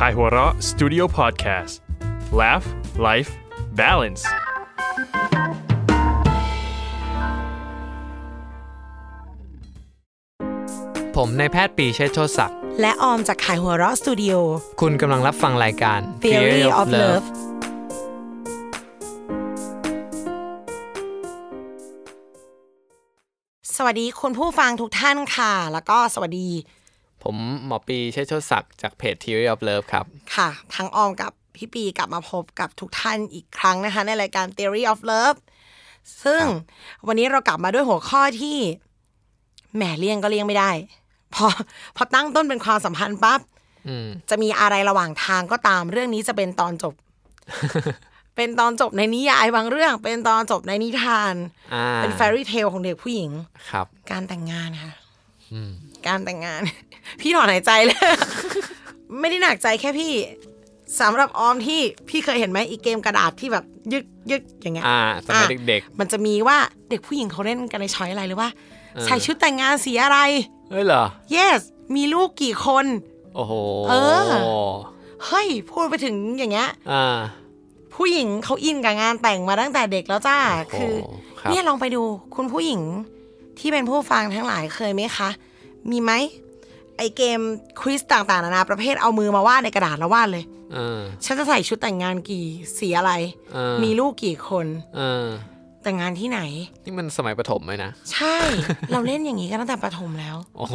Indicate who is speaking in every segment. Speaker 1: k a i h u r a Studio Podcast Laugh Life Balance
Speaker 2: ผมนายแพทย์ปรีเชษฐ์โชติศักดิ์
Speaker 3: และออมจากขายหัวเราะสตูดิโอ
Speaker 2: คุณกำลังรับฟังรายการ
Speaker 3: Theory of Love สวัสดีคุณผู้ฟังทุกท่านค่ะ แล้วก็สวัสดี
Speaker 2: ผมหมอปรีเชษฐ์โชติศักดิ์จากเพจ Theory of Love ครับ
Speaker 3: ค่ะ ทั้งออมกับพี่ปีกลับมาพบกับทุกท่านอีกครั้งนะคะ ในรายการ Theory of Love ซึ่งวันนี้เรากลับมาด้วยหัวข้อที่แหมเลี่ยงก็เลี่ยงไม่ได้ พอพอตั้งต้นเป็นความสัมพันธ์ปั๊บ
Speaker 2: อืม
Speaker 3: จะมีอะไรระหว่างทางก็ตาม เรื่องนี้จะเป็นตอน จบ เป็นตอนจบในนิยายบางเรื่อง เป็นตอนจบในนิทาน
Speaker 2: อ่า
Speaker 3: เป็นแฟรี่เทลของเด็กผู้หญิง
Speaker 2: ครับ
Speaker 3: การแต่งงานค่ะการแต่งงาน พี่ถอนหายใจเลย ไม่ได้หนักใจแค่พี่สำหรับออมที่พี่เคยเห็นไหมอีเกมกระดาษที่แบบยึกยึกอย่างเงี้ย
Speaker 2: อ่าสมัย
Speaker 3: อ่ะ
Speaker 2: เด็ก
Speaker 3: มันจะมีว่าเด็กผู้หญิงเขาเล่นกันในช้อยอะไรหรือว่า ใส่ชุดแต่งงานสีอะไร
Speaker 2: ๆ เฮ้ยเหรอ
Speaker 3: yes มีลูกกี่คน
Speaker 2: โอ้โห
Speaker 3: เออ เฮ้ย พูดไปถึงอย่างเงี้ย
Speaker 2: อ่า
Speaker 3: ผู้หญิงเขาอินกับงานแต่งมาตั้งแต่เด็กแล้วจ้า
Speaker 2: โอ้โห
Speaker 3: คือ
Speaker 2: ครับ
Speaker 3: เนี่ยลองไปดูคุณผู้หญิงที่เป็นผู้ฟังทั้งหลายเคยไหมคะ มีไหมไอเกมควิสต่างๆนานาประเภทเอามือมาวาดในกระดาษแล้ววาดเลย
Speaker 2: เออ
Speaker 3: ฉันจะใส่ชุดแต่งงานกี่สีอะไร
Speaker 2: เออ
Speaker 3: มีลูกกี่คน
Speaker 2: เออ
Speaker 3: แต่งงานที่ไหน
Speaker 2: นี่มันสมัยประถมไหมนะ
Speaker 3: ใช่ เราเล่นอย่างนี้กันตั้งแต่ประถมแล้ว
Speaker 2: โอ้โห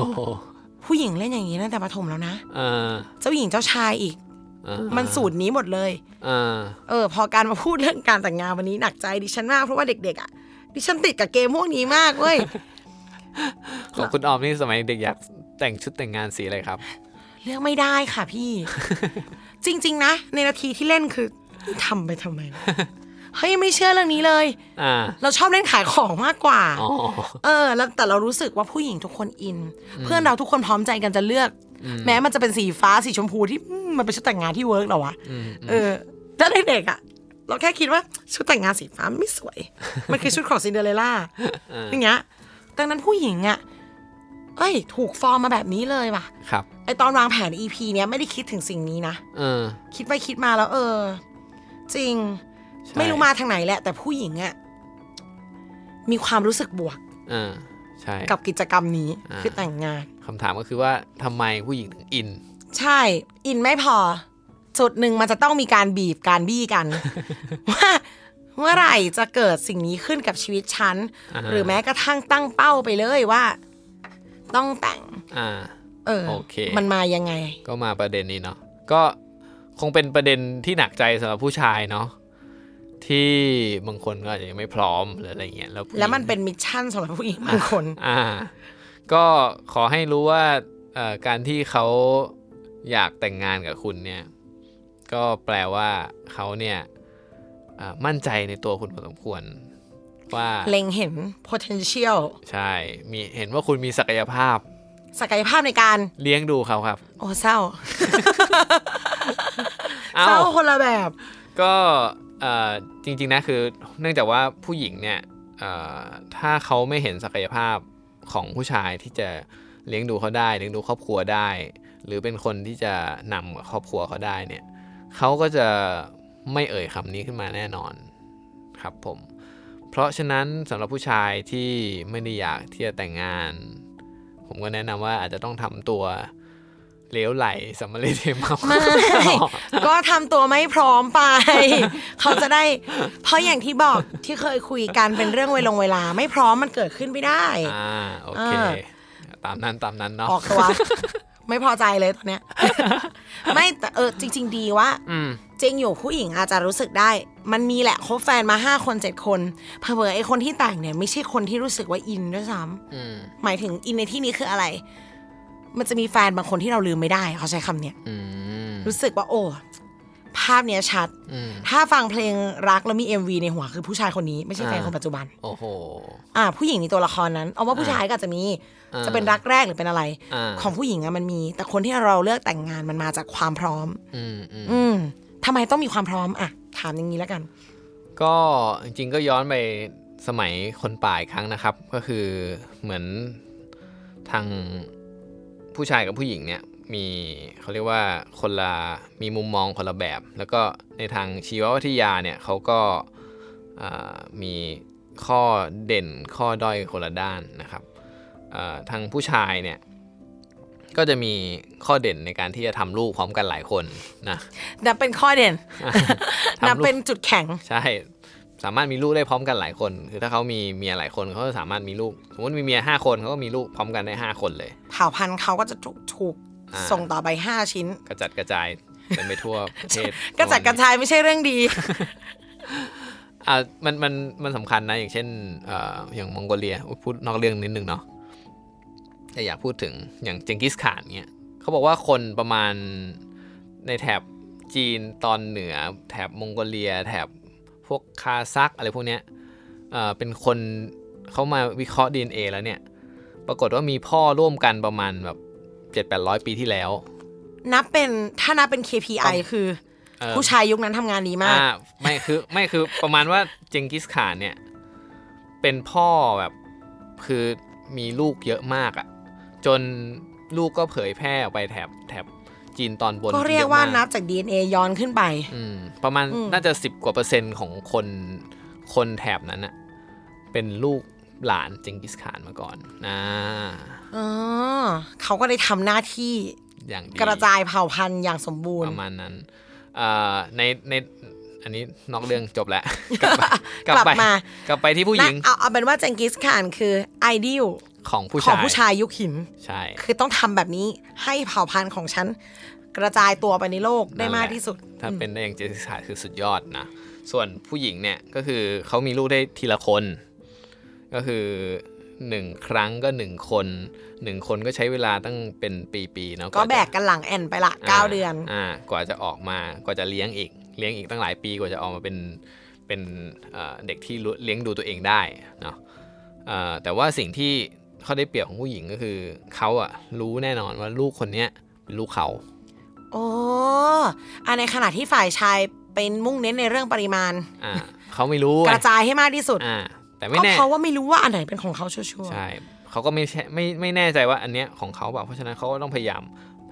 Speaker 3: ผู้หญิงเล่นอย่างนี้ตั้งแต่ประถมแล้วนะ
Speaker 2: เออ
Speaker 3: เจ้าหญิงเจ้าชายอีก
Speaker 2: เออ
Speaker 3: มันสูตรนี้หมดเลย
Speaker 2: เออ
Speaker 3: เออพอการมาพูดเรื่องการแต่งงานวันนี้หนักใจดิฉันมากเพราะว่าเด็กๆอ่ะดิฉันติดกับเกมพวกนี้มากเว้ย
Speaker 2: ของคุณออมนี่สมัยเด็กอยากแต่งชุดแต่งงานสีอะไรครับ
Speaker 3: เลือกไม่ได้ค่ะพี่ จริง ๆ นะ ในนาทีที่เล่นคือทำไปทำไมวะ เฮ้ยไม่เชื่อเรื่องนี้เลย
Speaker 2: อ่า
Speaker 3: เราชอบเล่นขายของมากกว่า
Speaker 2: อ๋อ
Speaker 3: เออ แล้วแต่เรารู้สึกว่าผู้หญิงทุกคนอิน เพื่อนเราทุกคนพร้อมใจกันจะเลือก แม้มันจะเป็นสีฟ้าสีชมพูที่อืมมันเป็นชุดแต่งงานที่เวิร์กเหรอวะเออแล้วเด็กๆอ่ะ เราแค่คิดว่าชุดแต่งงานสีฟ้าไม่สวย มันคือชุดของซินเดอเรลล่าอย่างเงี้ยดังนั้นผู้หญิงอ่ะเอ้ย ถูกฟอร์มมาแบบนี้เลยว่ะ
Speaker 2: ครับ
Speaker 3: ไอตอนวางแผน EP เนี้ยไม่ได้คิดถึงสิ่งนี้นะ
Speaker 2: เออ
Speaker 3: คิดไปคิดมาแล้ว เออ จริง
Speaker 2: ใช่
Speaker 3: ไม่รู้มาทางไหนแหละ แต่ผู้หญิงอะมีความรู้สึกบวก
Speaker 2: เออ ใช่
Speaker 3: กับกิจกรรมนี้
Speaker 2: อ่า
Speaker 3: คือแต่งงาน
Speaker 2: คำถามก็คือว่าทำไมผู้หญิงถึงอิน
Speaker 3: ใช่ อินไม่พอ จุดหนึ่งมันจะต้องมีการบีบการบี้ กัน ว่าเมื่อไหร่จะเกิดสิ่งนี้ขึ้นกับชีวิตฉัน
Speaker 2: อ่า
Speaker 3: หรือแม้กระทั่งตั้งเป้าไปเลยว่า ต้องแต่ง
Speaker 2: อ่า
Speaker 3: เออ
Speaker 2: โอเค
Speaker 3: มันมายังไง
Speaker 2: ก็มาประเด็นนี้เนาะก็คงเป็นประเด็นที่หนักใจสำหรับผู้ชายเนาะที่บางคนก็อาจจะยังไม่พร้อมหรืออะไรเงี้ยแล้วผู้หญิง
Speaker 3: แล้วมันเป็นมิชชั่นสำหรับผู้หญิงบางคน
Speaker 2: อ่า ก็ขอให้รู้ว่าเอ่อการที่เขาอยากแต่งงานกับคุณเนี่ย ก็แปลว่าเขาเนี่ยอ่ามั่นใจในตัวคุณพอสมควร ว่า
Speaker 3: เล็งเห็น potential
Speaker 2: ใช่มีเห็นว่าคุณมีศักยภาพ
Speaker 3: ศักยภาพในการ
Speaker 2: เลี้ยงดูเขาครับ
Speaker 3: โอ้เศร้า
Speaker 2: อ้ว
Speaker 3: เศร้าคนละแบบ
Speaker 2: ก็เอ่อจริงๆนะคือเนื่องจากว่าผู้หญิงเนี่ยเอ่อถ้าเขาไม่เห็นศักยภาพของผู้ชายที่จะเลี้ยงดูเขาได้เลี้ยงดูครอบครัวได้ หรือเป็นคนที่จะนำครอบครัวเขาได้เนี่ยเขาก็จะไม่เอ่ยคำนี้ขึ้นมาแน่นอนครับผม เพราะฉะนั้นสำหรับผู้ชายที่ไม่ได้อยากที่จะแต่งงาน ผมก็แนะนำว่าอาจจะต้องทำตัวเหลวไหลสัมมาเลเทเมา
Speaker 3: ไม่ก็ทำตัวไม่พร้อมไป เขาจะได้ เพราะอย่างที่บอกที่เคยคุยกันเป็นเรื่องเวลงเวลา ไม่พร้อมมันเกิดขึ้นไม่ได้
Speaker 2: อ่าโอเค
Speaker 3: อ่
Speaker 2: ตามนั้นตามนั้นเนาะ
Speaker 3: ออก ตัว ไม่พอใจเลยตอนเนี้ย ไม่แต่เออจริง ๆ ดีว่า
Speaker 2: อืม
Speaker 3: จริงอยู่ผู้หญิงอาจจะรู้สึกได้ มันมีแหละคบแฟนมาห้าคนเจ็ดคนเผลอๆไอคนที่แต่งเนี่ยไม่ใช่คนที่รู้สึกว่าอินด้วยซ้ำ
Speaker 2: อืม
Speaker 3: หมายถึงอินในที่นี้คืออะไร มันจะมีแฟนบางคนที่เราลืมไม่ได้เขาใช้คำเนี้ย
Speaker 2: อืม
Speaker 3: รู้สึกว่า โอ้ภาพเนี้ยชัด
Speaker 2: อืม
Speaker 3: ถ้าฟังเพลงรักแล้วมี MV ในหัวคือผู้ชายคนนี้ไม่ใช่แฟน
Speaker 2: อ่า
Speaker 3: คนปัจจุบัน
Speaker 2: โอ้โห
Speaker 3: อ่า ผู้หญิงในตัวละครนั้นเอาว่าผู้ชายก็อาจจะมี
Speaker 2: อ่า
Speaker 3: จะเป็นรักแรกหรือเป็นอะไร
Speaker 2: อ่า
Speaker 3: ของผู้หญิงอะมันมี แต่คนที่เราเลือกแต่งงานมันมาจากความพร้อม
Speaker 2: อืมอืม
Speaker 3: อืมทำไมต้องมีความพร้อมอะถามอย่างนี้แล้วกัน
Speaker 2: ก็จริงๆก็ย้อนไปสมัยคนป่าอีกครั้งนะครับ ก็คือเหมือนทางผู้ชายกับผู้หญิงเนี่ยมีเขาเรียกว่าคนละมีมุมมองคนละแบบ แล้วก็ในทางชีววิทยาเนี่ยเขาก็อ่ามีข้อเด่นข้อด้อยคนละด้านนะครับอ่าทางผู้ชายเนี่ยก็จะมีข้อเด่นในการที่จะทำลูกพร้อมกันหลายคนนะ
Speaker 3: นับเป็นข้อ เด่น
Speaker 2: ทำลูก
Speaker 3: นับเป็นจุดแข็ง
Speaker 2: ใช่ สามารถมีลูกได้พร้อมกันหลายคน คือถ้าเขามีเมียหลายคนเขาก็สามารถมีลูก สมมติมีเมียห้าคนเขาก็มีลูกพร้อมกันได้ห้าคนเลย
Speaker 3: เผ่าพันธุ์เขาก็จะถูกถูก
Speaker 2: อ่า
Speaker 3: ส่งต่อไป 5 ชิ้น
Speaker 2: กระจัดกระจายเป็นไปทั่วประเทศ
Speaker 3: กระจัดกระจายไม่ใช่เรื่อง ดี
Speaker 2: อ่ะมันมันมันสำคัญนะ อย่างเช่นเอ่ออย่างมองโกเลียอุ๊ยพูดนอกเรื่องนิดนึงเนาะแต่อยากพูดถึงอย่างเจงกิสข่านเนี่ยเขาบอกว่าคนประมาณในแถบจีนตอนเหนือ แถบมองโกเลีย แถบพวกคาซักอะไรพวกเนี้ยเอ่อเป็นคนเขามาวิเคราะห์ DNA แล้วเนี่ย ปรากฏว่ามีพ่อร่วมกันประมาณแบบเจ็ดแปดร้อยปีที่แล้ว
Speaker 3: นับเป็นถ้านับเป็น KPI คือ
Speaker 2: เออ
Speaker 3: ผู้ชายยุคนั้นทำงานดีมาก
Speaker 2: อ่าไม่คือไม่คือประมาณว่าเจงกิสข่านเนี่ย เป็นพ่อแบบคือมีลูกเยอะมากอะ่ะ จนลูกก็เผยแพร่ออกไปแถบแถบจีนตอนบน
Speaker 3: ก็เรียกว่า
Speaker 2: อะม
Speaker 3: นับจาก DNA ย้อนขึ้นไป
Speaker 2: อืมประมาณ
Speaker 3: อืม
Speaker 2: น่าจะสิบกว่าเปอร์เซ็นต์ของคนคนแถบนั้นอะเป็นลูกหลานเจงกิสข่านมาก่อนอ่า
Speaker 3: อ๋อเขาก็ได้ทำหน้าที่
Speaker 2: อย่างดี
Speaker 3: กระจายเผ่าพันธุ์อย่างสมบูร
Speaker 2: ป
Speaker 3: ณ์
Speaker 2: ระมาณนั้นเอ่อในในอันนี้นอกเรื่องจบแล้ว
Speaker 3: กลับมา
Speaker 2: กลับไปที่ผู้หญิง
Speaker 3: นะเอาเอาเป็นว่าเจงกิสข่านคือไอด l ล
Speaker 2: ของผู้
Speaker 3: ขอ
Speaker 2: ชาง ย
Speaker 3: ผู้ชายยุคหิน
Speaker 2: ใช่
Speaker 3: คือต้องทำแบบนี้ให้เผ่าพันธุ์ของฉัน กระจายตัวไปในโลกได้
Speaker 2: นั่นแหละ
Speaker 3: มากที่สุด
Speaker 2: ถ้าเป็นได้อย่างเจสิสาคือสุดยอดนะ ส่วนผู้หญิงเนี่ยก็คือเขามีลูกได้ทีละคน ก็คือหนึ่งครั้งก็หนึ่งคนหนึ่งคนก็ใช้เวลาตั้งเป็นปีๆเนาะ
Speaker 3: ก็
Speaker 2: ว่าจะ
Speaker 3: แบกกันหลังแอนไปละ
Speaker 2: า
Speaker 3: 9เดือน
Speaker 2: อ่ากว่าจะออกมากว่าจะเลี้ยงอีก เลี้ยงอีกตั้งหลายปีกว่าจะออกมาเป็นเป็นเอ่อเด็กที่รู้เลี้ยงดูตัวเองได้เนาะเอ่อแต่ว่าสิ่งที่เขาได้เปรียบของผู้หญิงก็คือเขาอะรู้แน่นอนว่าลูกคนเนี้ยเป็นลูกเขา
Speaker 3: โอ้อันในขณะที่ฝ่ายชายเป็นมุ่งเน้นในเรื่องปริมาณ
Speaker 2: อ่าเขาไม่รู้ไง
Speaker 3: กระจายให้มากที่สุด
Speaker 2: อ่าแต่ไม่
Speaker 3: ก็
Speaker 2: แน่
Speaker 3: เพราะว่าไม่รู้ว่าอันไหนเป็นของเขาชัวร์
Speaker 2: ใช่เขาก็ไม่ใช่ไม่ไม่แน่ใจว่าอันเนี้ยของเขาเปล่าเพราะฉะนั้นเขาก็ต้องพยายาม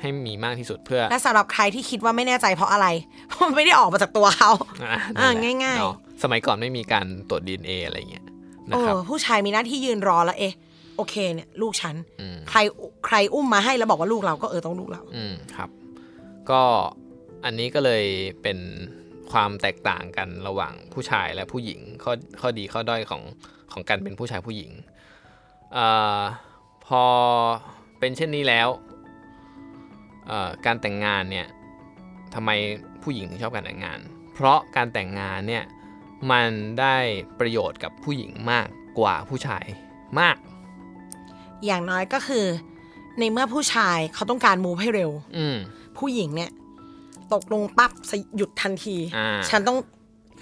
Speaker 2: ให้มีมากที่สุดเพื่อ
Speaker 3: ๆและสำหรับใครที่คิดว่าไม่แน่ใจเพราะ อะไร เพราะมันไม่ได้ออกมาจากตัวเขา
Speaker 2: อ่ะ
Speaker 3: อ่า
Speaker 2: นั่นแหละ
Speaker 3: ง่ายๆ
Speaker 2: เนอะสมัยก่อนไม่มีการตรวจ DNA อะไรเงี้ยนะ
Speaker 3: เอ
Speaker 2: ค
Speaker 3: อ
Speaker 2: รับ
Speaker 3: ผู้ชายมีหน้าที่ยืนรอแล้วเอ๊ะโอเคเนี่ยลูกฉัน
Speaker 2: อืม
Speaker 3: ใครใครอุ้มมาให้แล้วบอกว่าลูกเราก็เออต้องลูกเรา
Speaker 2: อืมครับ ก็อันนี้ก็เลยเป็นความแตกต่างกันระหว่างผู้ชายและผู้หญิง ข้อข้อดีข้อด้อยของของการเป็นผู้ชายผู้หญิงเอ่อพอเป็นเช่นนี้แล้วเอ่อการแต่งงานเนี่ยทำไมผู้หญิงถึงชอบการแต่งงาน เพราะการแต่งงานเนี่ยมันได้ประโยชน์กับผู้หญิงมากกว่าผู้ชายมาก
Speaker 3: อย่างน้อยก็คือ ในเมื่อผู้ชายเขาต้องการมูฟให้เร็ว
Speaker 2: อืม
Speaker 3: ผู้หญิงเนี่ย ตกลงปั๊บสะหยุดทันที
Speaker 2: อ่า
Speaker 3: ฉันต้อง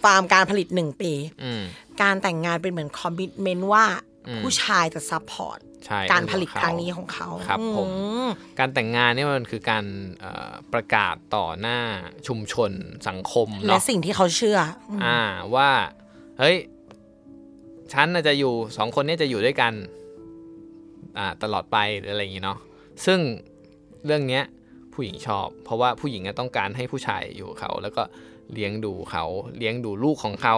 Speaker 3: ฟาร์มการผลิตหนึ่งปี
Speaker 2: อืม
Speaker 3: การแต่งงานเป็นเหมือนคอมมิ t เมนต์ว่า
Speaker 2: อืม
Speaker 3: ผู้ชายจะซัพพอร์ต
Speaker 2: ใช่
Speaker 3: การผลิต
Speaker 2: เข
Speaker 3: ครั้งนี้ของเขา
Speaker 2: ครับผม
Speaker 3: อืม
Speaker 2: การแต่งงานเนี่ยมันคือการเอ่อประกาศต่อหน้าชุมชนสังคม
Speaker 3: และ
Speaker 2: เนาะ
Speaker 3: สิ่งที่เขาเชื่ออืม
Speaker 2: อ่าว่าเฮ้ยฉันน่ะจะอยู่สองคนเนี้จะอยู่ด้วยกันอ่าตลอดไปหรืออะไรอย่างงี้เนาะซึ่งเรื่องเนี้ยผู้หญิงชอบ เพราะว่าผู้หญิงอะต้องการให้ผู้ชายอยู่กับเขา แล้วก็เลี้ยงดูเขาเลี้ยงดูลูกของเขา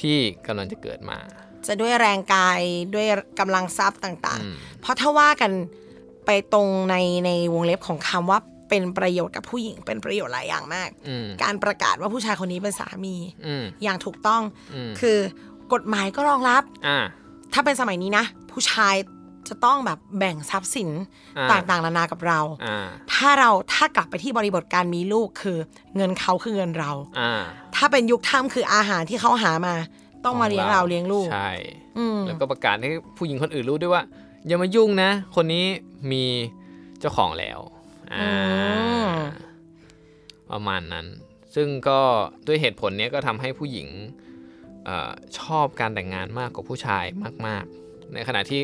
Speaker 2: ที่กำลังจะเกิดมา
Speaker 3: จะด้วยแรงกายด้วยกำลังทรัพย์ต่าง
Speaker 2: อืม
Speaker 3: ๆ เพราะถ้าว่ากันไปตรงในในวงเล็บของคำว่าเป็นประโยชน์กับผู้หญิงเป็นประโยชน์หลายอย่างมาก
Speaker 2: อืม
Speaker 3: การประกาศว่าผู้ชายคนนี้เป็นสามี
Speaker 2: อืม
Speaker 3: อย่างถูกต้อง
Speaker 2: อืม
Speaker 3: คือกฎหมายก็รองรับ
Speaker 2: อ่า
Speaker 3: ถ้าเป็นสมัยนี้นะ ผู้ชายจะต้องแบบแบ่งทรัพย์สิน
Speaker 2: อ่า
Speaker 3: ต่างๆนานากับเรา
Speaker 2: อ่า
Speaker 3: ถ้าเราถ้ากลับไปที่บริบทการมีลูกคือ เงินเขาคือเงินเรา
Speaker 2: อ่า
Speaker 3: ถ้าเป็นยุคถ้ำคืออาหารที่เขาหามา ต้องมาเลี้ยงเราเลี้ยงลูก
Speaker 2: ใช่
Speaker 3: อืม
Speaker 2: แล้วก็ประกาศให้ผู้หญิงคนอื่นรู้ด้วยว่า อย่ามายุ่งนะ คนนี้มี เจ้าของแล้วอ่า
Speaker 3: อืม
Speaker 2: ประมาณนั้น ซึ่งก็ด้วยเหตุผลเนี้ยก็ทำให้ผู้หญิงเออชอบการแต่งงานมากกว่าผู้ชายมาก ๆ ในขณะที่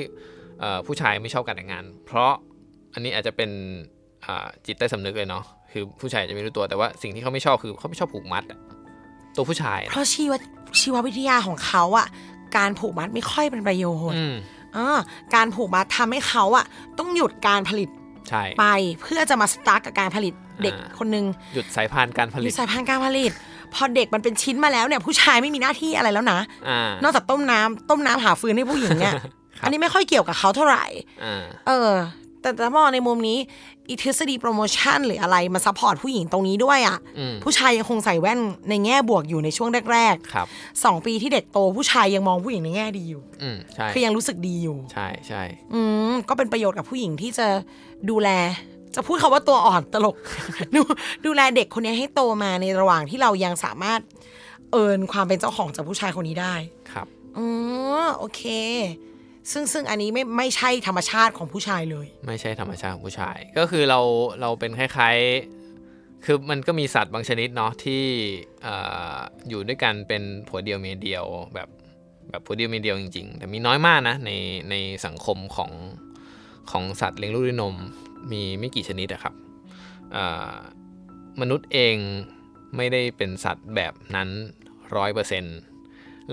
Speaker 2: เอ่อผู้ชายไม่ชอบการแต่งงาน เพราะอันนี้อาจจะเป็นอ่าจิตใต้สำนึกเลยเนาะคือผู้ชายอาจจะไม่รู้ตัวแต่ว่าสิ่งที่เขาไม่ชอบคือเขาไม่ชอบผูกมัดอะตัวผู้ชาย
Speaker 3: เพ
Speaker 2: อะ
Speaker 3: ราะชีวะชีววิทยาของเขาอะการผูกมัดไม่ค่อยเป็นประโยชน์
Speaker 2: อืม
Speaker 3: อ่าการผูกมัดทำให้เขาอะต้องหยุดการผลิต
Speaker 2: ใช่
Speaker 3: ไป เพื่อจะมาสตาร์ทกับการผลิตเด็ก
Speaker 2: อ่า
Speaker 3: คนหนึ่ง
Speaker 2: หยุดสายพานการผ
Speaker 3: อ
Speaker 2: ลิ
Speaker 3: ยู่
Speaker 2: ต
Speaker 3: สายพันธุ์การผลิต พอเด็กมันเป็นชิ้นมาแล้วเนี่ย ผู้ชายไม่มีหน้าที่อะไรแล้วนะ
Speaker 2: อ่าน
Speaker 3: อกจากต้มน้ำต้มน้ำหาฟืนให้ผู้หญิง เนี่ยอันนี้ไม่ค่อยเกี่ยวกับเขาเท่าไหร่
Speaker 2: อ่า
Speaker 3: เออ แต่ถ้ามองในมุมนี้อีทฤษฎีโปรโมชั่นหรืออะไรมาซัพพอร์ตผู้หญิงตรงนี้ด้วยอะ่ะ
Speaker 2: อืม
Speaker 3: ผู้ชายยังคงใส่แว่นในแง่บวกอยู่ในช่วงแรก
Speaker 2: ครับ
Speaker 3: ๆสองปีที่เด็กโตผู้ชายยังมองผู้หญิงในแง่ดีอยู่
Speaker 2: อืมใช่
Speaker 3: คือยังรู้สึกดีอยู่
Speaker 2: ใช่ใช่
Speaker 3: อืมก็เป็นประโยชน์กับผู้หญิงที่จะดูแล จะพูดคาว่าตัวอ่อนตลก ดูดูแลเด็กคนนี้ให้โตมาในระหว่างที่เรายังสามารถเอินความเป็นเจ้าของจากผู้ชายคนนี้ได้
Speaker 2: ครับ
Speaker 3: อ๋อโอเค ซึ่งซึ่งอันนี้ไม่ไม่ใช่ธรรมชาติของผู้ชายเลย
Speaker 2: ไม่ใช่ธรรมชาติของผู้ชาย ก็คือเราเราเป็นคล้ายๆ คือมันก็มีสัตว์บางชนิดเนาะที่เอ่ออยู่ด้วยกันเป็นผัวเดียวเมียเดียวแบบแบบผัวเดียวเมียเดียวจริง ๆ แต่มีน้อยมากนะในในสังคมของของสัตว์เลี้ยงลูกด้วยนมมีไม่กี่ชนิดอะครับเอ่อมนุษย์เองไม่ได้เป็นสัตว์แบบนั้นร้อยเปอร์เซ็นต์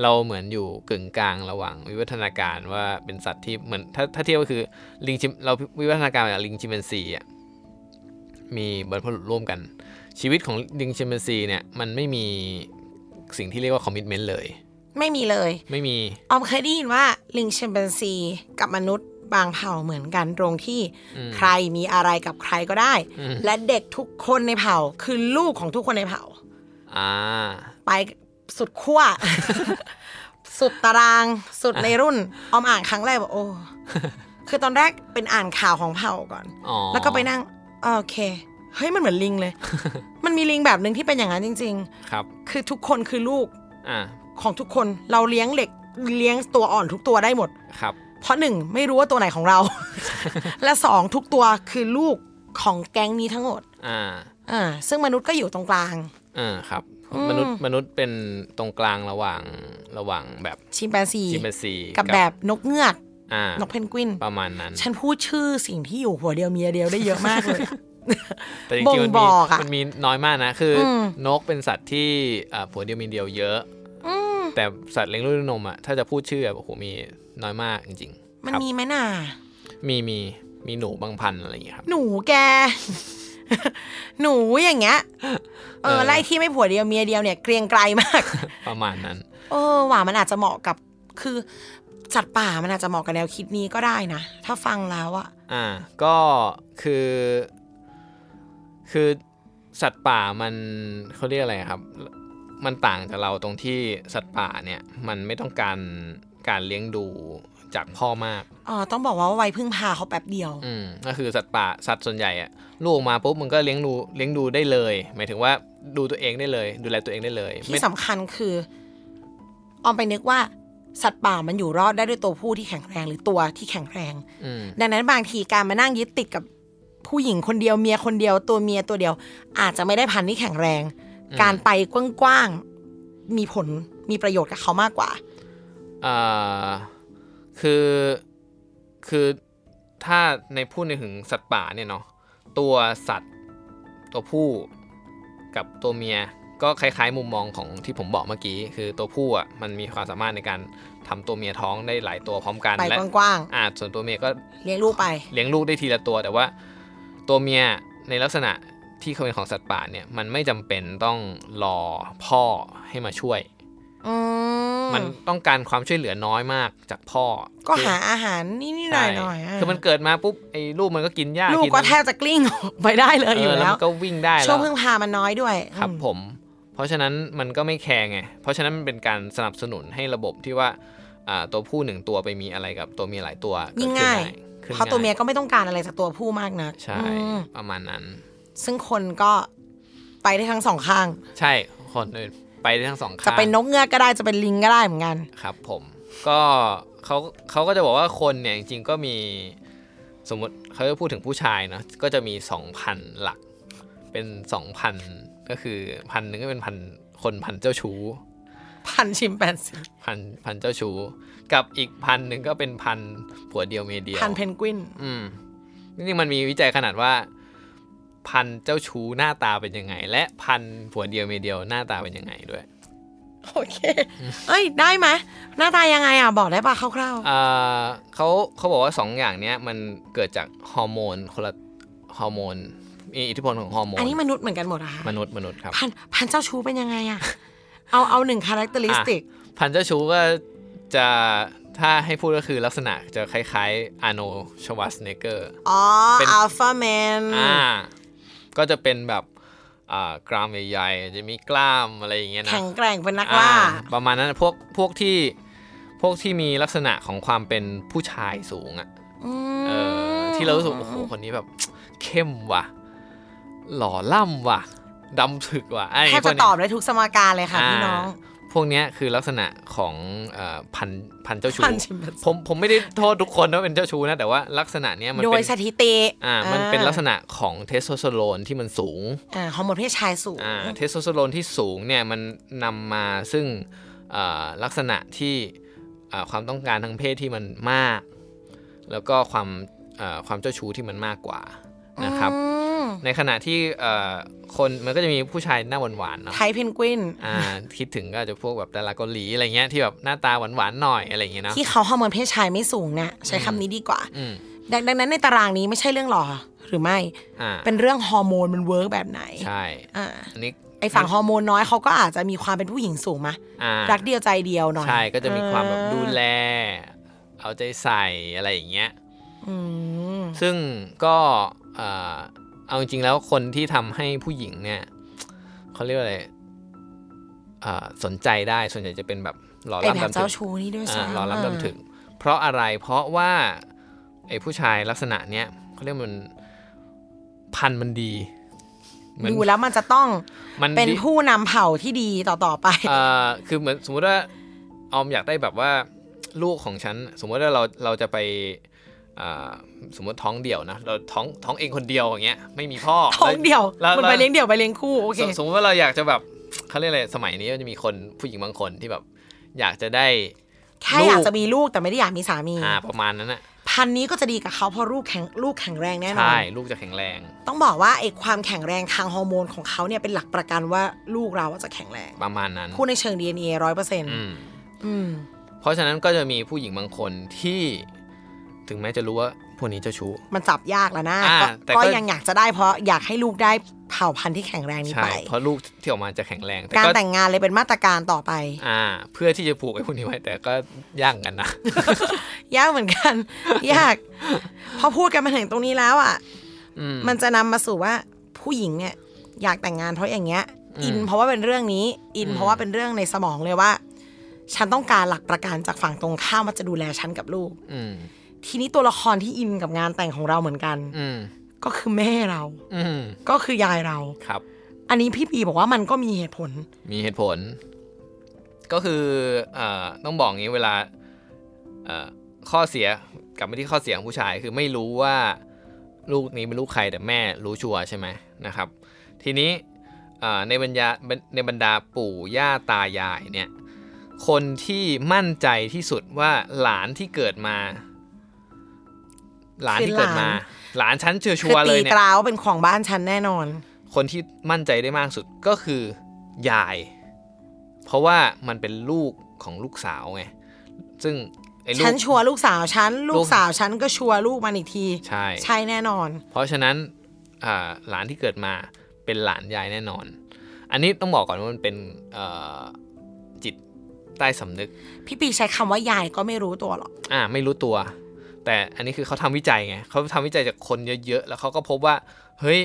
Speaker 2: เราเหมือนอยู่กึ่งกลางระหว่างวิวัฒนาการว่าเป็นสัตว์ที่เหมือนถ้าถ้าเทียบก็คือลิงชิมเราวิวัฒนาการมาจากลิงชิมแปนซีอ่ะมีบรรพบุรุษร่วมกัน ชีวิตของลิงชิมแปนซีเนี่ยมันไม่มีสิ่งที่เรียกว่าคอมมิชเมนต์เลย
Speaker 3: ไม่มีเลย
Speaker 2: ไม่มี
Speaker 3: ออมเคยได้ยินว่าลิงแชมเปนซีกับมนุษย์บางเผ่าเหมือนกันตรงที่ใครมีอะไรกับใครก็ได้ และเด็กทุกคนในเผ่า คือลูกของทุกคนในเผ่า
Speaker 2: อ่า
Speaker 3: ไปสุดขั้ว สุดตาราง สุดในรุ่น ออมอ่านครั้งแรกบอกโอ้ คือตอนแรกเป็นอ่านข่าวของเผ่าก่อน
Speaker 2: อ๋อ
Speaker 3: แล้วก็ไปนั่งอ่าโอเค เฮ้ย มันเหมือนลิง เลย มันมีลิงแบบหนึ่งที่เป็นอย่างนั้นจริง
Speaker 2: ครับ
Speaker 3: ๆ คือทุกคนคือลูก
Speaker 2: อ่า
Speaker 3: ของทุกคน เราเลี้ยงเด็กเลี้ยงตัวอ่อนทุกตัวได้หมด
Speaker 2: ครับ
Speaker 3: เพราะหนึ่งไม่รู้ว่าตัวไหนของเรา และสองทุกตัวคือลูกของแก๊งนี้ทั้งหมด
Speaker 2: อ่า
Speaker 3: อ่า ซึ่งมนุษย์ก็อยู่ตรงกลาง
Speaker 2: อ่าครับมนุษย์มนุษย์เป็นตรงกลางระหว่างระหว่างแบบ
Speaker 3: ชิมแปนซี
Speaker 2: ชิมแปนซี
Speaker 3: กับแบบนกเงือก
Speaker 2: อ่าน
Speaker 3: กเพนกวิน
Speaker 2: ประมาณนั้น
Speaker 3: ฉันพูดชื่อสิ่งที่อยู่หัวเดียวเมียเดียวได้เยอะมากเลย อะ
Speaker 2: แต่จริง
Speaker 3: บ่
Speaker 2: ๆ
Speaker 3: ง
Speaker 2: มัน
Speaker 3: บ
Speaker 2: มี
Speaker 3: อกอะ
Speaker 2: มันมีน้อยมากนะ คืออ
Speaker 3: ม
Speaker 2: นกเป็นสัตว์ที่อ่าผัวเดียวมีเดียวเยอะ แต่สัตว์เลี้ยงลูกด้วยนมอ่ะถ้าจะพูดชื่ออะโอ้โหมีน้อยมากจริงๆ
Speaker 3: มัน
Speaker 2: ครับ
Speaker 3: มีไหมน่ะ
Speaker 2: มีมีมีหนูบางพันธุ์อะไรอย่างเงี้ยครับ
Speaker 3: หนูแก หนูอย่างเงี้ย เอ
Speaker 2: เอ
Speaker 3: อ
Speaker 2: อ
Speaker 3: ไล่ที่ไม่ผัวเดียวเมียเดียวเนี่ยเกรียงไกรมาก
Speaker 2: ประมาณนั้น
Speaker 3: เออว่ามันอาจจะเหมาะกับ คือจัดป่ามันอาจจะเหมาะกับแนวคิดนี้ก็ได้นะ ถ้าฟังแล้วอะ
Speaker 2: อ่าก็คือ คือสัตว์ป่ามันเขาเรียกอะไรครับ มันต่างจากเราตรงที่สัตว์ป่าเนี่ยมันไม่ต้องการการเลี้ยงดูจากพ่อมาก
Speaker 3: อ๋อต้องบอกว่าวัยพึ่งพาเขาแป๊บเดียว
Speaker 2: อืมก็คือสัตว์ป่าสัตว์ส่วนใหญ่อะลูกออกมาปุ๊บมันก็เลี้ยงดูเลี้ยงดูได้เลย หมายถึงว่าดูตัวเองได้เลย ดูแลตัวเองได้เลย
Speaker 3: ที่
Speaker 2: ไม่
Speaker 3: สำคัญคือ ออมไปนึกว่า สัตว์ป่ามันอยู่รอดได้ด้วยตัวผู้ที่แข็งแรงหรือตัวที่แข็งแรง
Speaker 2: อืม
Speaker 3: ดังนั้นบางทีการมานั่งยึดติดกับผู้หญิงคนเดียวเมียคนเดียวตัวเมียตัวเดียว อาจจะไม่ได้พันธุ์ที่แข็งแรง การไปกว้างๆมีผลมีประโยชน์กับเขามากกว่า
Speaker 2: เอ่อคือคือถ้าในพูดในถึงสัตว์ป่าเนี่ยเนาะตัวสัตว์ตัวผู้กับตัวเมียก็คล้ายๆ มุมมองของที่ผมบอกเมื่อกี้ คือตัวผู้อ่ะมันมีความสามารถในการทำตัวเมียท้องได้หลายตัวพร้อมกัน
Speaker 3: ไป
Speaker 2: และ
Speaker 3: กว้าง
Speaker 2: อ่าส่วนตัวเมียก็
Speaker 3: ๆเลี้ยงลูกไป
Speaker 2: เลี้ยงลูกได้ทีละตัวแต่ว่าตัวเมียในลักษณะที่เขาเป็นของสัตว์ป่าเนี่ยมันไม่จำเป็นต้องรอพ่อให้มาช่วย
Speaker 3: อื
Speaker 2: มันต้องการความช่วยเหลือน้อยมากจากพ่อ
Speaker 3: ก็
Speaker 2: คือ
Speaker 3: หาอาหารนี่นี่หน่
Speaker 2: ใช่
Speaker 3: อยหน่อยะ
Speaker 2: คือมันเกิดมาปุ๊บไอ้ลูกมันก็กินหญ้า
Speaker 3: ลูก
Speaker 2: น
Speaker 3: ก็แทบจะกลิ้งออกไปได้เลย
Speaker 2: เอ
Speaker 3: อยู่
Speaker 2: อแล้ว
Speaker 3: แล้ว
Speaker 2: มันก็วิ่งได้
Speaker 3: ช่ว
Speaker 2: แล้
Speaker 3: ง
Speaker 2: ว
Speaker 3: พึ่งพามันน้อยด้วย
Speaker 2: ครับ
Speaker 3: อืม
Speaker 2: ผม เพราะฉะนั้นมันก็ไม่แคร์ไงเพราะฉะนั้นมันเป็นการสนับสนุนให้ระบบที่ว่าอ่าตัวผู้หนึ่งตัวไปมีอะไรกับตัวเมียหลายตัวเกิ
Speaker 3: ยิ่
Speaker 2: ด
Speaker 3: ง
Speaker 2: ขึ้น
Speaker 3: ง่าย
Speaker 2: ได้ขึ้น
Speaker 3: เพราะตัวเมียก็ไม่ต้องการอะไรจากตัวผู้มากนะ
Speaker 2: ใช่
Speaker 3: อืม
Speaker 2: ประมาณนั้น
Speaker 3: ซึ่งคนก็ไปได้ทั้งสองข้าง
Speaker 2: ใช่คนอื่นไปได้ทั้งสองข้าง
Speaker 3: จะเป็นนกเงือกก็ได้จะเป็นลิงก็ได้เหมือนกัน
Speaker 2: ครับผม ก็เขาเขาก็จะบอกว่าคนเนี่ยจริงๆก็มี สมมติเขาจะพูดถึงผู้ชายเนาะก็จะมี 2,000 หลัก เป็น 2,000 ก็คือพันหนึ่งก็เป็นพันคนพันเจ้าชู้
Speaker 3: พันชิมแปนสิ
Speaker 2: พันพันเจ้าชู้กับอีกพันหนึ่งก็เป็นพันผัวเดียวเมียเดียว
Speaker 3: พันเพนกวิน
Speaker 2: อืมจริงๆมันมีวิจัยขนาดว่า พันเจ้าชู้หน้าตาเป็นยังไง และพันผัวเดียวเมียเดียวหน้าตาเป็นยังไงด้วย
Speaker 3: โอเค เอ้ย ได้ไหมหน้าตายังไงอ่ะ บอกได้ป่ะคร่าว
Speaker 2: อ่าเขาเขาบอกว่าสองอย่างเนี้ยมันเกิดจากฮอร์โมนคนละฮอร์โมนมีอิทธิพลของฮอร์โม
Speaker 3: ๆ
Speaker 2: น
Speaker 3: อันนี้มนุษย์เหมือนกันหมดอะคะ
Speaker 2: มนุษย์มนุษย์ครับ
Speaker 3: พันพันเจ้าชู้เป็นยังไงอ่ะ เอาเอาหนึ่งคาแรคเตอริสติก
Speaker 2: พันเจ้าชู้ก็จะถ้าให้พูดก็คือลักษณะจะคล้ายๆอาโนชวัสเนเกอร์
Speaker 3: อ๋อ
Speaker 2: เป็น
Speaker 3: อัลฟาแมน
Speaker 2: อ่าก็จะเป็นแบบอ่ากรามใหญ่ๆจะมีกล้ามอะไรอย่างเงี้ยนะ
Speaker 3: แข็งแกร่งเป็นนักล่า
Speaker 2: อ่าประมาณนั้นนะพวกพวกที่พวกที่มีลักษณะของความเป็นผู้ชายสูงอะ่ะ
Speaker 3: อืม
Speaker 2: เออที่เรารู้สึกโอ้โหคนนี้แบบ เข้มว่ะ หล่อล่ำว่ะดำถึกว่ะไอ้
Speaker 3: แทบ
Speaker 2: พวก
Speaker 3: จะ
Speaker 2: เนี้ย
Speaker 3: ตอบได้ทุกสมการเลยค่ะ
Speaker 2: า
Speaker 3: พี่น้อง
Speaker 2: พวกเนี้ยคือลักษณะของเอ่อพันพันเจ้าชู้
Speaker 3: พันชิมพัน
Speaker 2: ผมผมไม่ได้โทษทุกคนว่าเป็นเจ้าชู้นะ แต่ว่าลักษณะเนี้ยมัน
Speaker 3: โดย
Speaker 2: เป็น
Speaker 3: สถิติ
Speaker 2: อ่ามันเป็นลักษณะของเทสโทสเตอโรนที่มันสูง
Speaker 3: อ่าฮอร์โมนเพศชายสูง
Speaker 2: อ่าเทสโทสเตอโรนที่สูงเนี่ยมันนำมาซึ่งอ่าลักษณะที่อ่าความต้องการทางเพศที่มันมาก แล้วก็ความอ่าความเจ้าชู้ที่มันมากกว่านะครับ
Speaker 3: อืม
Speaker 2: ในขณะที่เอ่อคนมันก็จะมีผู้ชายหน้าหวานๆเนาะ
Speaker 3: ไทยเพนกวิน
Speaker 2: อ่าคิดถึงก็อาจจะพวกแบบดาราเกาหลีอะไรเงี้ยที่แบบหน้าตาหวานๆหน่อยอะไรเงี้ยเนาะ
Speaker 3: ที่เขาฮอร์โมนเพศชายไม่สูงนะใช้คำนี้ดีกว่า
Speaker 2: อืม
Speaker 3: ดังดังนั้นในตารางนี้ไม่ใช่เรื่องหรอหรือไม่
Speaker 2: อ่า
Speaker 3: เป็นเรื่องฮอร์โมนมันเวิร์กแบบไหน
Speaker 2: ใช่
Speaker 3: อ่า
Speaker 2: อันนี้
Speaker 3: ไอฝั่งฮอร์โมนน้อยเขาก็อาจจะมีความเป็นผู้หญิงสูงมะ
Speaker 2: อ่า
Speaker 3: รักเดียวใจเดียวหน่อย
Speaker 2: ใช่ ก็จะมีความแบบดู
Speaker 3: เออ
Speaker 2: แล เอาใจใส่อะไรอย่างเงี้ย
Speaker 3: อืม
Speaker 2: ซึ่งก็เอ่อเอาจริงๆแล้วคนที่ทำให้ผู้หญิงเนี่ยเขาเรียกว่าอะไรเอ่อสนใจได้ส่วนใหญ่จะเป็นแบบหล่อ
Speaker 3: ไอแบ
Speaker 2: ล้ำดำ
Speaker 3: บ
Speaker 2: ถึ
Speaker 3: เจ้าง ชู้นี่ด้วย
Speaker 2: อ่า
Speaker 3: ซ้ำ
Speaker 2: หล่อล้ำดำถึง เพราะอะไรเพราะว่าไอ้ผู้ชายลักษณะเนี้ยเขาเรียกมันพันธุ์มันดีเหมือน
Speaker 3: ดูแล้วมันจะต้อง
Speaker 2: มัน
Speaker 3: เป็น
Speaker 2: ดี
Speaker 3: ผู้นำเผ่าที่ดีต่อต่อๆไป
Speaker 2: เอ่อคือเหมือนสมมุติว่าออมอยากได้แบบว่าลูกของฉัน สมมุติว่าเราเราจะไปอ่าสมมติท้องเดี่ยวนะเราท้องท้องเองคนเดียวอย่างเงี้ยไม่มีพ่อ
Speaker 3: ท้องเดียว
Speaker 2: แล้ว
Speaker 3: มัน
Speaker 2: แล้ว
Speaker 3: ไปเลี้ยงเดี่ยวไปเลี้ยงคู่โอเค
Speaker 2: สมสมมติว่าเราอยากจะแบบเขาเรียกอะไรสมัยนี้มันจะมีคนผู้หญิงบางคนที่แบบ อยากจะได้
Speaker 3: แค่
Speaker 2: ลูก
Speaker 3: อยากจะมีลูกแต่ไม่ได้อยากมีสามี
Speaker 2: อ่าประมาณนั้นน่ะ
Speaker 3: พันนี้ก็จะดีกับเขาเพราะลูกแข็งลูกแข็งแรงแน่นอน
Speaker 2: ใช่ ลูกจะแข็งแรง
Speaker 3: ต้องบอกว่าไอ้ความแข็งแรงทางฮอร์โมนของเขาเนี่ยเป็นหลักประกันว่าลูกเราอะจะแข็งแรง
Speaker 2: ประมาณนั้น
Speaker 3: พูดในเชิง DNA ร้อยเปอร์เซ็นต์
Speaker 2: อืม
Speaker 3: อืม
Speaker 2: เพราะฉะนั้นก็จะมีผู้หญิงบางคนที่ถึงแม้จะรู้ว่าพวกนี้เจ้าชู้
Speaker 3: มันจับยากแล้วนะ
Speaker 2: อ่า
Speaker 3: ก็
Speaker 2: แต่ก็
Speaker 3: ก็ยังอยากจะได้เพราะอยากให้ลูกได้เผ่าพันธุ์ที่แข็งแรงนี้
Speaker 2: ใช่
Speaker 3: ไป
Speaker 2: เพราะลูกที่ออกมาจะแข็งแรงแต่
Speaker 3: การ
Speaker 2: ก็
Speaker 3: แต่งงานเลยเป็นมาตรการต่อไป
Speaker 2: อ่าเพื่อที่จะผูกไอ้พวกนี้ไว้แต่ก็ยากเหมือนกันนะ
Speaker 3: ยากเหมือนกัน ยาก พอพูดกันมาถึงตรงนี้แล้วอ่ะ
Speaker 2: อืม
Speaker 3: มันจะนำมาสู่ว่าผู้หญิงเนี่ยอยากแต่งงานเพราะอย่างเงี้ย อินเพราะว่าเป็นเรื่องนี้ อินเพราะว่าเป็นเรื่องในสมองเลยว่า ฉันต้องการหลักประกันจากฝั่งตรงข้ามว่าจะดูแลฉันกับลูก
Speaker 2: อืม
Speaker 3: ทีนี้ตัวละครที่อินกับงานแต่งของเราเหมือนกัน
Speaker 2: อืม
Speaker 3: ก็คือแม่เรา
Speaker 2: อืม
Speaker 3: ก็คือยายเรา
Speaker 2: ครับ
Speaker 3: อันนี้พี่ปีบอกว่ามันก็มีเหตุผล
Speaker 2: มีเหตุผล ก็คือเอ่อต้องบอกงี้เวลาเอ่อข้อเสียกลับมาที่ข้อเสียของผู้ชายคือไม่รู้ว่าลูกนี้เป็นลูกใครแต่แม่รู้ชัวร์ใช่ไหมนะครับ ทีนี้เอ่อในบรรดาในบรรดาปู่ย่าตายายเนี่ยคนที่มั่นใจที่สุดว่าหลานที่เกิดมา หลานที่เกิดมา หลานฉันเชื่อชั
Speaker 3: คือ
Speaker 2: วร์เล
Speaker 3: ตี
Speaker 2: ยเนี่
Speaker 3: ต
Speaker 2: ย
Speaker 3: ราวาเป็นของบ้านฉันแน่นอน
Speaker 2: คนที่มั่นใจได้มากสุดก็คือยาย เพราะว่ามันเป็นลูกของลูกสาวไง ซึ่งไอ้ลู
Speaker 3: ฉั
Speaker 2: ก
Speaker 3: นชัวร์ลูกสาวฉัน
Speaker 2: ลู
Speaker 3: ลู
Speaker 2: ก
Speaker 3: กสาวฉันก็ชัวร์ลูกมันอีกที
Speaker 2: ใช่
Speaker 3: ใช่แน่นอน
Speaker 2: เพราะฉะนั้นอ่าหลานที่เกิดมาเป็นหลานยายแน่นอน อันนี้ต้องบอกก่อนว่ามันเป็นเอ่อจิตใต้สำนึก
Speaker 3: พี่ปีใช้คำว่ายายก็ไม่รู้ตัวหรอก
Speaker 2: อ่าไม่รู้ตัว แต่อันนี้คือเขาทำวิจัยไงเขาทำวิจัยจากคนเยอะๆ แล้วเขาก็พบว่า เฮ้ย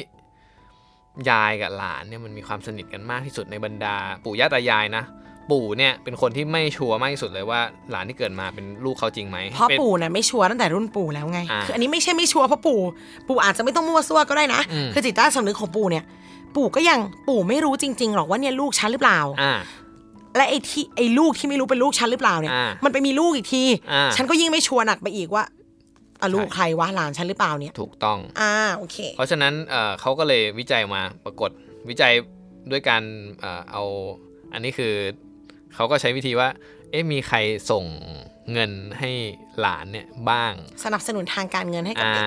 Speaker 2: ยายกับหลานเนี่ยมันมีความสนิทกันมากที่สุดในบรรดา ปู่ย่าตายายนะ ปู่เนี่ยเป็นคนที่ไม่ชัวร์มากที่สุดเลยว่า หลานที่เกิดมาเป็นลูกเขาจริงไหม
Speaker 3: เพราะ
Speaker 2: ป็น
Speaker 3: ปู่น่ะไม่ชัวร์ตั้งแต่รุ่นปู่แล้วไง
Speaker 2: อ่า
Speaker 3: คืออันนี้ไม่ใช่ไม่ชัวร์เพราะปู่ ปู่อาจจะไม่ต้องมั่วซั่วก็ได้นะ
Speaker 2: อืม
Speaker 3: คือจิตใต้สำนึกของปู่เนี่ย ปู่ก็ยังปู่ไม่รู้จริงๆหรอกว่าเนี่ยลูกฉันหรือเปล่า
Speaker 2: อ่า
Speaker 3: และไอ้ที่ไอ้ลูกที่ไม่รู้เป็นลูกฉันหรือเปล่าเนี่ย
Speaker 2: อ่ามั
Speaker 3: มันไปมีลูกอีกที
Speaker 2: อ่า
Speaker 3: ฉันก็ยิ่งไม่ชัวร์หนักไปอีกว่า อะลูก
Speaker 2: ใช่
Speaker 3: ใครวะหลานฉันหรือเปล่าเนี่ย
Speaker 2: ถูกต้อง
Speaker 3: อ่าโอเค
Speaker 2: เพราะฉะนั้นเอ่อเขาก็เลยวิจัยมาปรากฏวิจัยด้วยการเอ่อเอาอันนี้คือเขาก็ใช้วิธีว่า เอ๊ะมีใครส่งเงินให้หลานเนี่ยบ้าง
Speaker 3: สนับสนุนทางการเงินให้กับ
Speaker 2: อ่า
Speaker 3: เด็ก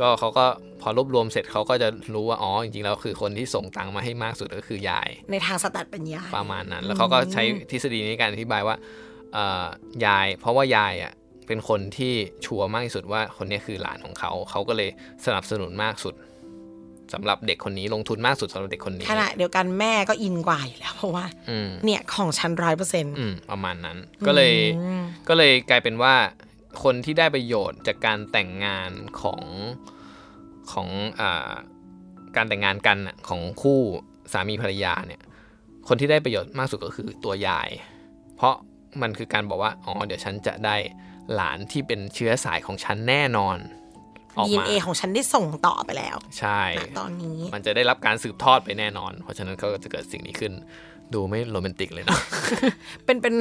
Speaker 2: ก็เขาก็พอรวบรวมเสร็จเขาก็จะรู้ว่า อ๋อ จริงๆ แล้วคือคนที่ส่งตังค์มาให้มากสุดก็คือยาย
Speaker 3: ในทางสแตัดปัญญา
Speaker 2: ประมาณนั้น แล้วเขาก็ใช้ทฤษฎีนี้ในการอธิบายว่าเอ่อยาย เพราะว่ายายอ่ะเป็นคนที่ชัวร์มากที่สุดว่าคนเนี้ยคือหลานของเขา เขาก็เลยสนับสนุนมากสุดสำหรับเด็กคนนี้ลงทุนมากสุดสำหรับเด็กคนนี้
Speaker 3: ขณะเดียวกันแม่ก็อินกว่าอยู่แล้ว เพราะว่า
Speaker 2: อืม
Speaker 3: เนี่ยของฉันร้อยเปอร์เซ็นต์
Speaker 2: อืมประมาณนั้น ก็เลยก็เลยกลายเป็นว่า คนที่ได้ประโยชน์จากการแต่งงานของของอาการแต่งงานกันน่ะของคู่สามีภรรยาเนี่ย คนที่ได้ประโยชน์มากสุดก็คือตัวยาย เพราะมันคือการบอกว่า อ๋อ เดี๋ยวฉันจะได้หลานที่เป็นเชื้อสายของฉันแน่นอน ออก
Speaker 3: ดีเอ็น
Speaker 2: มา
Speaker 3: เอของฉันได้ส่งต่อไปแล้ว
Speaker 2: ใช่
Speaker 3: ณตอนนี้
Speaker 2: มันจะได้รับการสืบทอดไปแน่นอน เพราะฉะนั้นก็จะเกิดสิ่งนี้ขึ้น ดูไม่โรแมนติกเลยเนอะ
Speaker 3: เป็นเป็น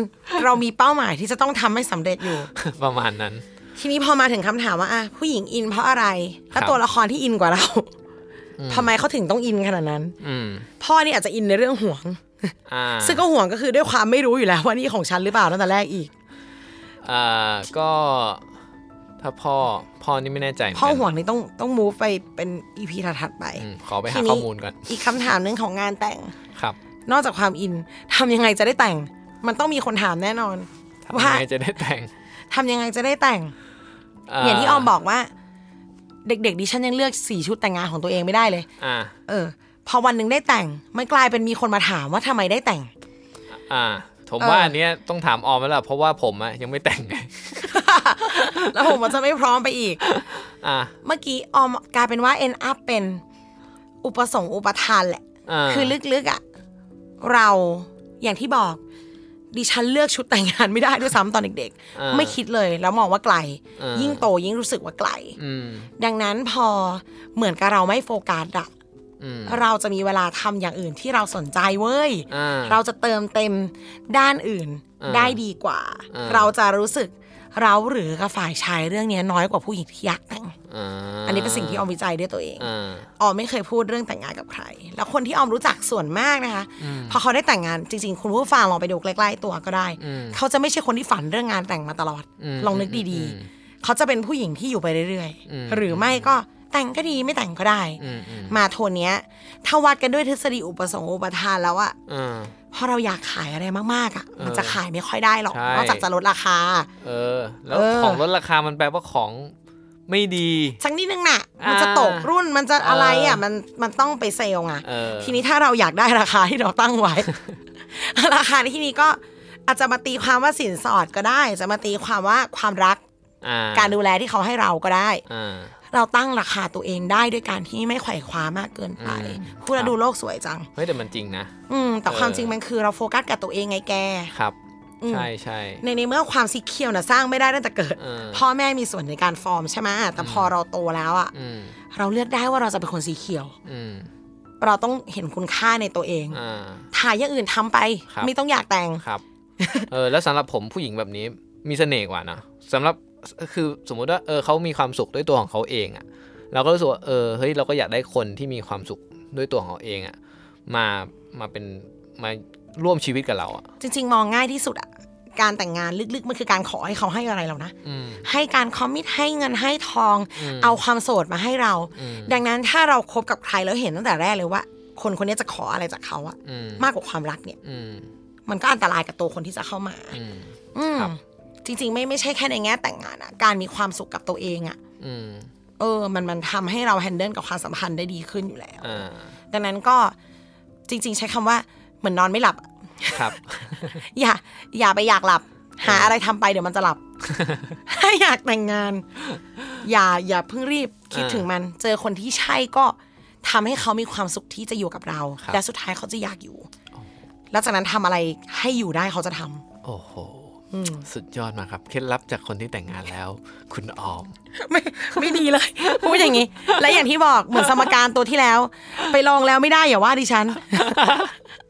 Speaker 3: เรามีเป้าหมายที่จะต้องทำให้สำเร็จอยู่
Speaker 2: ประมาณนั้น
Speaker 3: ทีนี้พอมาถึงคำถามว่าอ่ะผู้หญิงอินเพราะอะไร
Speaker 2: คว
Speaker 3: แล้
Speaker 2: รับ
Speaker 3: ตัวละครที่อินกว่าเราทำไมเขาถึงต้องอินขนาดนั้น
Speaker 2: อืม
Speaker 3: พ่อนี่อาจจะอินในเรื่องห่วง
Speaker 2: อ่า
Speaker 3: ซึ่งก็ห่วงก็คือด้วยความไม่รู้อยู่แล้วว่านี่ของฉันหรือเปล่าตั้งแต่แรกอีก
Speaker 2: อ่าก็ ถ้าพ่อพ่อนี่ไม่แน่ใจเมืน
Speaker 3: พ่อ
Speaker 2: กัน
Speaker 3: ห่วงนี่ต้องต้อง move ไปเป็น EP ถัดๆไป
Speaker 2: อืมขอไป
Speaker 3: ที
Speaker 2: หา
Speaker 3: นี้
Speaker 2: ข้อมูลก่อน
Speaker 3: อีกคำถามหนึ่งของงานแต่ง
Speaker 2: ครับ
Speaker 3: นอกจากความอินทำยังไงจะได้แต่ง มันต้องมีคนถามแน่นอน
Speaker 2: ทำ
Speaker 3: ว่า
Speaker 2: ไงจะได้แต่ง
Speaker 3: ทำยังไงจะได้แต่ง อย่างที่ออมบอกว่า เด็ก ๆ ดิฉันยังเลือกสีชุดแต่งงานของตัวเองไม่ได้เลย
Speaker 2: อ่า
Speaker 3: เออ พอวันหนึ่งได้แต่งมันกลายเป็นมีคนมาถามว่าทำไมได้แต่ง
Speaker 2: อ่าผม
Speaker 3: เออ
Speaker 2: ว่าอันเนี้ยต้องถามออมแล้วล่ะเพราะว่าผมอะยังไม่แต่ง
Speaker 3: แล้วผมก็จะไม่พร้อมไปอีก
Speaker 2: อ่า
Speaker 3: เมื่อกี้ออมกลายเป็นว่าเอ็นอัพเป็นอุปสงค์อุปทานแหละ
Speaker 2: า
Speaker 3: คือลึกๆอะเราอย่างที่บอก ดิฉันเลือกชุดแต่งงานไม่ได้ด้วยซ้ำตอนเด็ก
Speaker 2: อ่า
Speaker 3: ๆ ไม่คิดเลยแล้วมองว่าไกล
Speaker 2: อ่ายิ่
Speaker 3: ยิ่งโตยิ่งรู้สึกว่าไกล
Speaker 2: อืม
Speaker 3: ดังนั้นพอเหมือนกับเราไม่โฟกัสอะ
Speaker 2: อืม
Speaker 3: เราจะมีเวลาทำอย่างอื่นที่เราสนใจเว้ย
Speaker 2: อ่า
Speaker 3: เราจะเติมเต็มด้านอื่น
Speaker 2: อ่า
Speaker 3: ได้ดีกว่า
Speaker 2: อ่า
Speaker 3: เราจะรู้สึกเราหรือกับฝ่ายชายเรื่องเนี้ยน้อยกว่าผู้หญิงที่อยากแต่ง
Speaker 2: อ่า
Speaker 3: อันนี้เป็นสิ่งที่ออมวิจัยด้วยตัวเอง
Speaker 2: อ่า
Speaker 3: ออมไม่เคยพูดเรื่องแต่งงานกับใคร แล้วคนที่ออมรู้จักส่วนมากนะคะ พอเขาได้แต่งงานจริง ๆ คุณผู้ฟังลองไปดูใกล้ๆตัวก็ได้
Speaker 2: อืม
Speaker 3: เขาจะไม่ใช่คนที่ฝันเรื่องงานแต่งมาตลอด
Speaker 2: อืม
Speaker 3: ลองนึกดี
Speaker 2: อืม
Speaker 3: ๆ เขาจะเป็นผู้หญิงที่อยู่ไปเรื่อย
Speaker 2: อืม
Speaker 3: ๆ หรือไม่ก็แต่งก็ดีไม่แต่งก็ได้
Speaker 2: อืมอืม
Speaker 3: มาโทนเนี้ยถ้าวัดกันด้วยทฤษฎีอุปสงค์อุปทานแล้วอะ
Speaker 2: อ่า
Speaker 3: พอเราอยากขายอะไรมากๆอ่ะ มัน
Speaker 2: เออ
Speaker 3: จะขายไม่ค่อยได้หรอก
Speaker 2: ใช่
Speaker 3: นอกจากจะลดราคา
Speaker 2: เออ แล้ว
Speaker 3: เออ
Speaker 2: ของลดราคามันแปลว่าของไม่ดี
Speaker 3: สักนิดนึงน่ะ มัน
Speaker 2: อ่า
Speaker 3: จะตกรุ่นมันจะอะไรอ่ะ
Speaker 2: เออ
Speaker 3: มันมันต้องไปเซลล์ไง
Speaker 2: เออ
Speaker 3: ทีนี้ถ้าเราอยากได้ราคาที่เราตั้งไว้ ราคาในที่นี้ก็อาจจะมาตีความว่าสินสอดก็ได้ จะมาตีความว่าความรัก
Speaker 2: อ่
Speaker 3: การดูแลที่เขาให้เราก็ได้
Speaker 2: อ่า
Speaker 3: เราตั้งราคาตัวเองได้ด้วยการที่ไม่ไขว่คว้ามากเกินไป
Speaker 2: อืม
Speaker 3: พูดแล้
Speaker 2: ครับ
Speaker 3: วดูโลกสวยจัง
Speaker 2: เฮ้ยแต่มันจริงนะ
Speaker 3: อืมแต่ความ
Speaker 2: เออ
Speaker 3: จริงมันคือเราโฟกัสกับตัวเองไงแก
Speaker 2: ครับ
Speaker 3: อืม
Speaker 2: ใช่ใช่
Speaker 3: ในในเมื่อความสีเขียวนะสร้างไม่ได้ตั้งแต่เกิด
Speaker 2: เออ
Speaker 3: พ่อแม่มีส่วนในการฟอร์มใช่ไหมแต่พอเราโตแล้วอะ
Speaker 2: อืม
Speaker 3: เราเลือกได้ว่าเราจะเป็นคนสีเขียว
Speaker 2: อืม
Speaker 3: เราต้องเห็นคุณค่าในตัวเอง
Speaker 2: อ่า
Speaker 3: ถ่ายอย่างอื่นทำไป
Speaker 2: ครับ
Speaker 3: ไม่ต้องอยากแต่ง
Speaker 2: ครับ เออแล้วสำหรับผมผู้หญิงแบบนี้มีเสน่ห์กว่านะสำหรับคือสมมุติว่าเออเขามีความสุขด้วยตัวของเขาเองอะเราก็รู้สึกว่าเออเฮ้ยเราก็อยากได้คนที่มีความสุขด้วยตัวของเขาเองอะมามาเป็นมาร่วมชีวิตกับเราอะ
Speaker 3: จริง ๆ มองง่ายที่สุดอะการแต่งงานลึกๆ มันคือการขอให้เขาให้อะไรเรานะ
Speaker 2: อืม
Speaker 3: ให้การคอมมิตให้เงินให้ทอง
Speaker 2: อืม
Speaker 3: เอาความโสดมาให้เรา
Speaker 2: อืม
Speaker 3: ดังนั้นถ้าเราคบกับใครแล้วเห็นตั้งแต่แรกเลยว่า คนคนนี้จะขออะไรจากเขาอะ
Speaker 2: อืม
Speaker 3: มากกว่าความรักเนี่ย
Speaker 2: อืม
Speaker 3: มันก็อันตรายกับตัวคนที่จะเข้ามา
Speaker 2: อืม
Speaker 3: อืม
Speaker 2: ครับ
Speaker 3: จริง ๆ ไม่ไม่ใช่แค่ในแง่แต่งงานอะการมีความสุขกับตัวเองอะ
Speaker 2: อืม
Speaker 3: เออ มันมันทำให้เราแฮนเดิลกับความสัมพันธ์ได้ดีขึ้นอยู่แล้ว
Speaker 2: อ่า
Speaker 3: ดังนั้นก็จริง ๆ ใช้คำว่าเหมือนนอนไม่หลับอะ
Speaker 2: ครับ
Speaker 3: อย่า อย่าไปอยากหลับ หาอะไรทำไปเดี๋ยวมันจะหลับ ถ้า อยากแต่งงาน อย่าอย่าเพิ่งรีบคิด
Speaker 2: อ่า
Speaker 3: ถึงมัน เจอคนที่ใช่ก็ทำให้เขามีความสุขที่จะอยู่กับเรา
Speaker 2: ครับ
Speaker 3: และสุดท้ายเขาจะอยากอยู่ แล้วจากนั้นทำอะไรให้อยู่ได้เขาจะทำ
Speaker 2: โอ้โหสุดยอดมากครับ เคล็ดลับจากคนที่แต่งงานแล้ว คุณออม
Speaker 3: ไม่ไม่ดีเลย พูดอย่างนี้ และอย่างที่บอกเหมือนสมการตัวที่แล้ว ไปลองแล้วไม่ได้อย่าว่าดิฉัน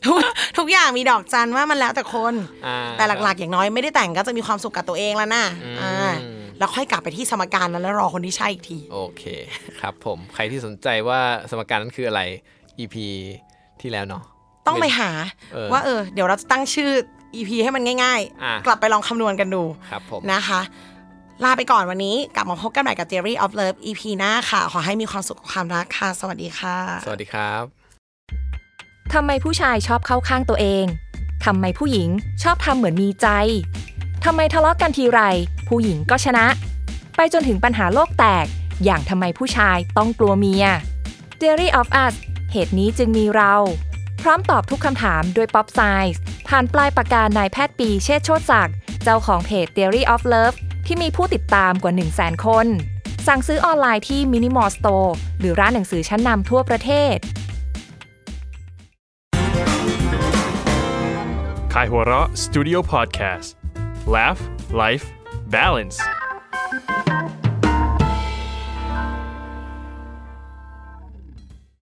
Speaker 3: ทุกทุกอย่างมีดอกจันว่ามันแล้วแต่คน
Speaker 2: อ่า
Speaker 3: แต่หลักๆ อย่างน้อยไม่ได้แต่งก็จะมีความสุขกับตัวเองแล้วนะ
Speaker 2: อืม
Speaker 3: อ่า แล้วค่อยกลับไปที่สมการนั้นแล้วรอคนที่ใช่อีกที
Speaker 2: โอเค ครับผมใครที่สนใจว่าสมการนั้นคืออะไร EP ที่แล้วเนาะ
Speaker 3: ต้องไปหา
Speaker 2: เออ
Speaker 3: ว่าเออ เดี๋ยวเราจะตั้งชื่อ EP ให้มันง่าย
Speaker 2: อ่ะ
Speaker 3: ๆ กลับไปลองคำนวณกันดู
Speaker 2: ครับผม
Speaker 3: นะคะ ลาไปก่อนวันนี้กลับมาพบกันใหม่กับ Theory of Love EP หน้าค่ะ ขอให้มีความสุขกับความรักค่ะ สวัสดีค่ะ
Speaker 2: สวัสดีครับ
Speaker 4: ทำไมผู้ชายชอบเข้าข้างตัวเอง ทำไมผู้หญิงชอบทำเหมือนมีใจ ทำไมทะเลาะกันทีไร ผู้หญิงก็ชนะ ไปจนถึงปัญหาโลกแตก อย่างทำไมผู้ชายต้องกลัวเมีย d i a r y of Us เหตุนี้จึงมีเรา พร้อมตอบทุกคำถามด้วยป๊อปไซส์ผ่านปลายปากกานายแพทย์ปีเชษฐ์โชติศักดิ์เจ้าของเพจ Theory of Love ที่มีผู้ติดตามกว่า 1 0 0 0 0 0 คน สั่งซื้อออนไลน์ที่ Minimal Store หรือร้านหนังสือชั้นนำทั่วประเทศ
Speaker 1: Kaihura Studio Podcast Laugh Life Balance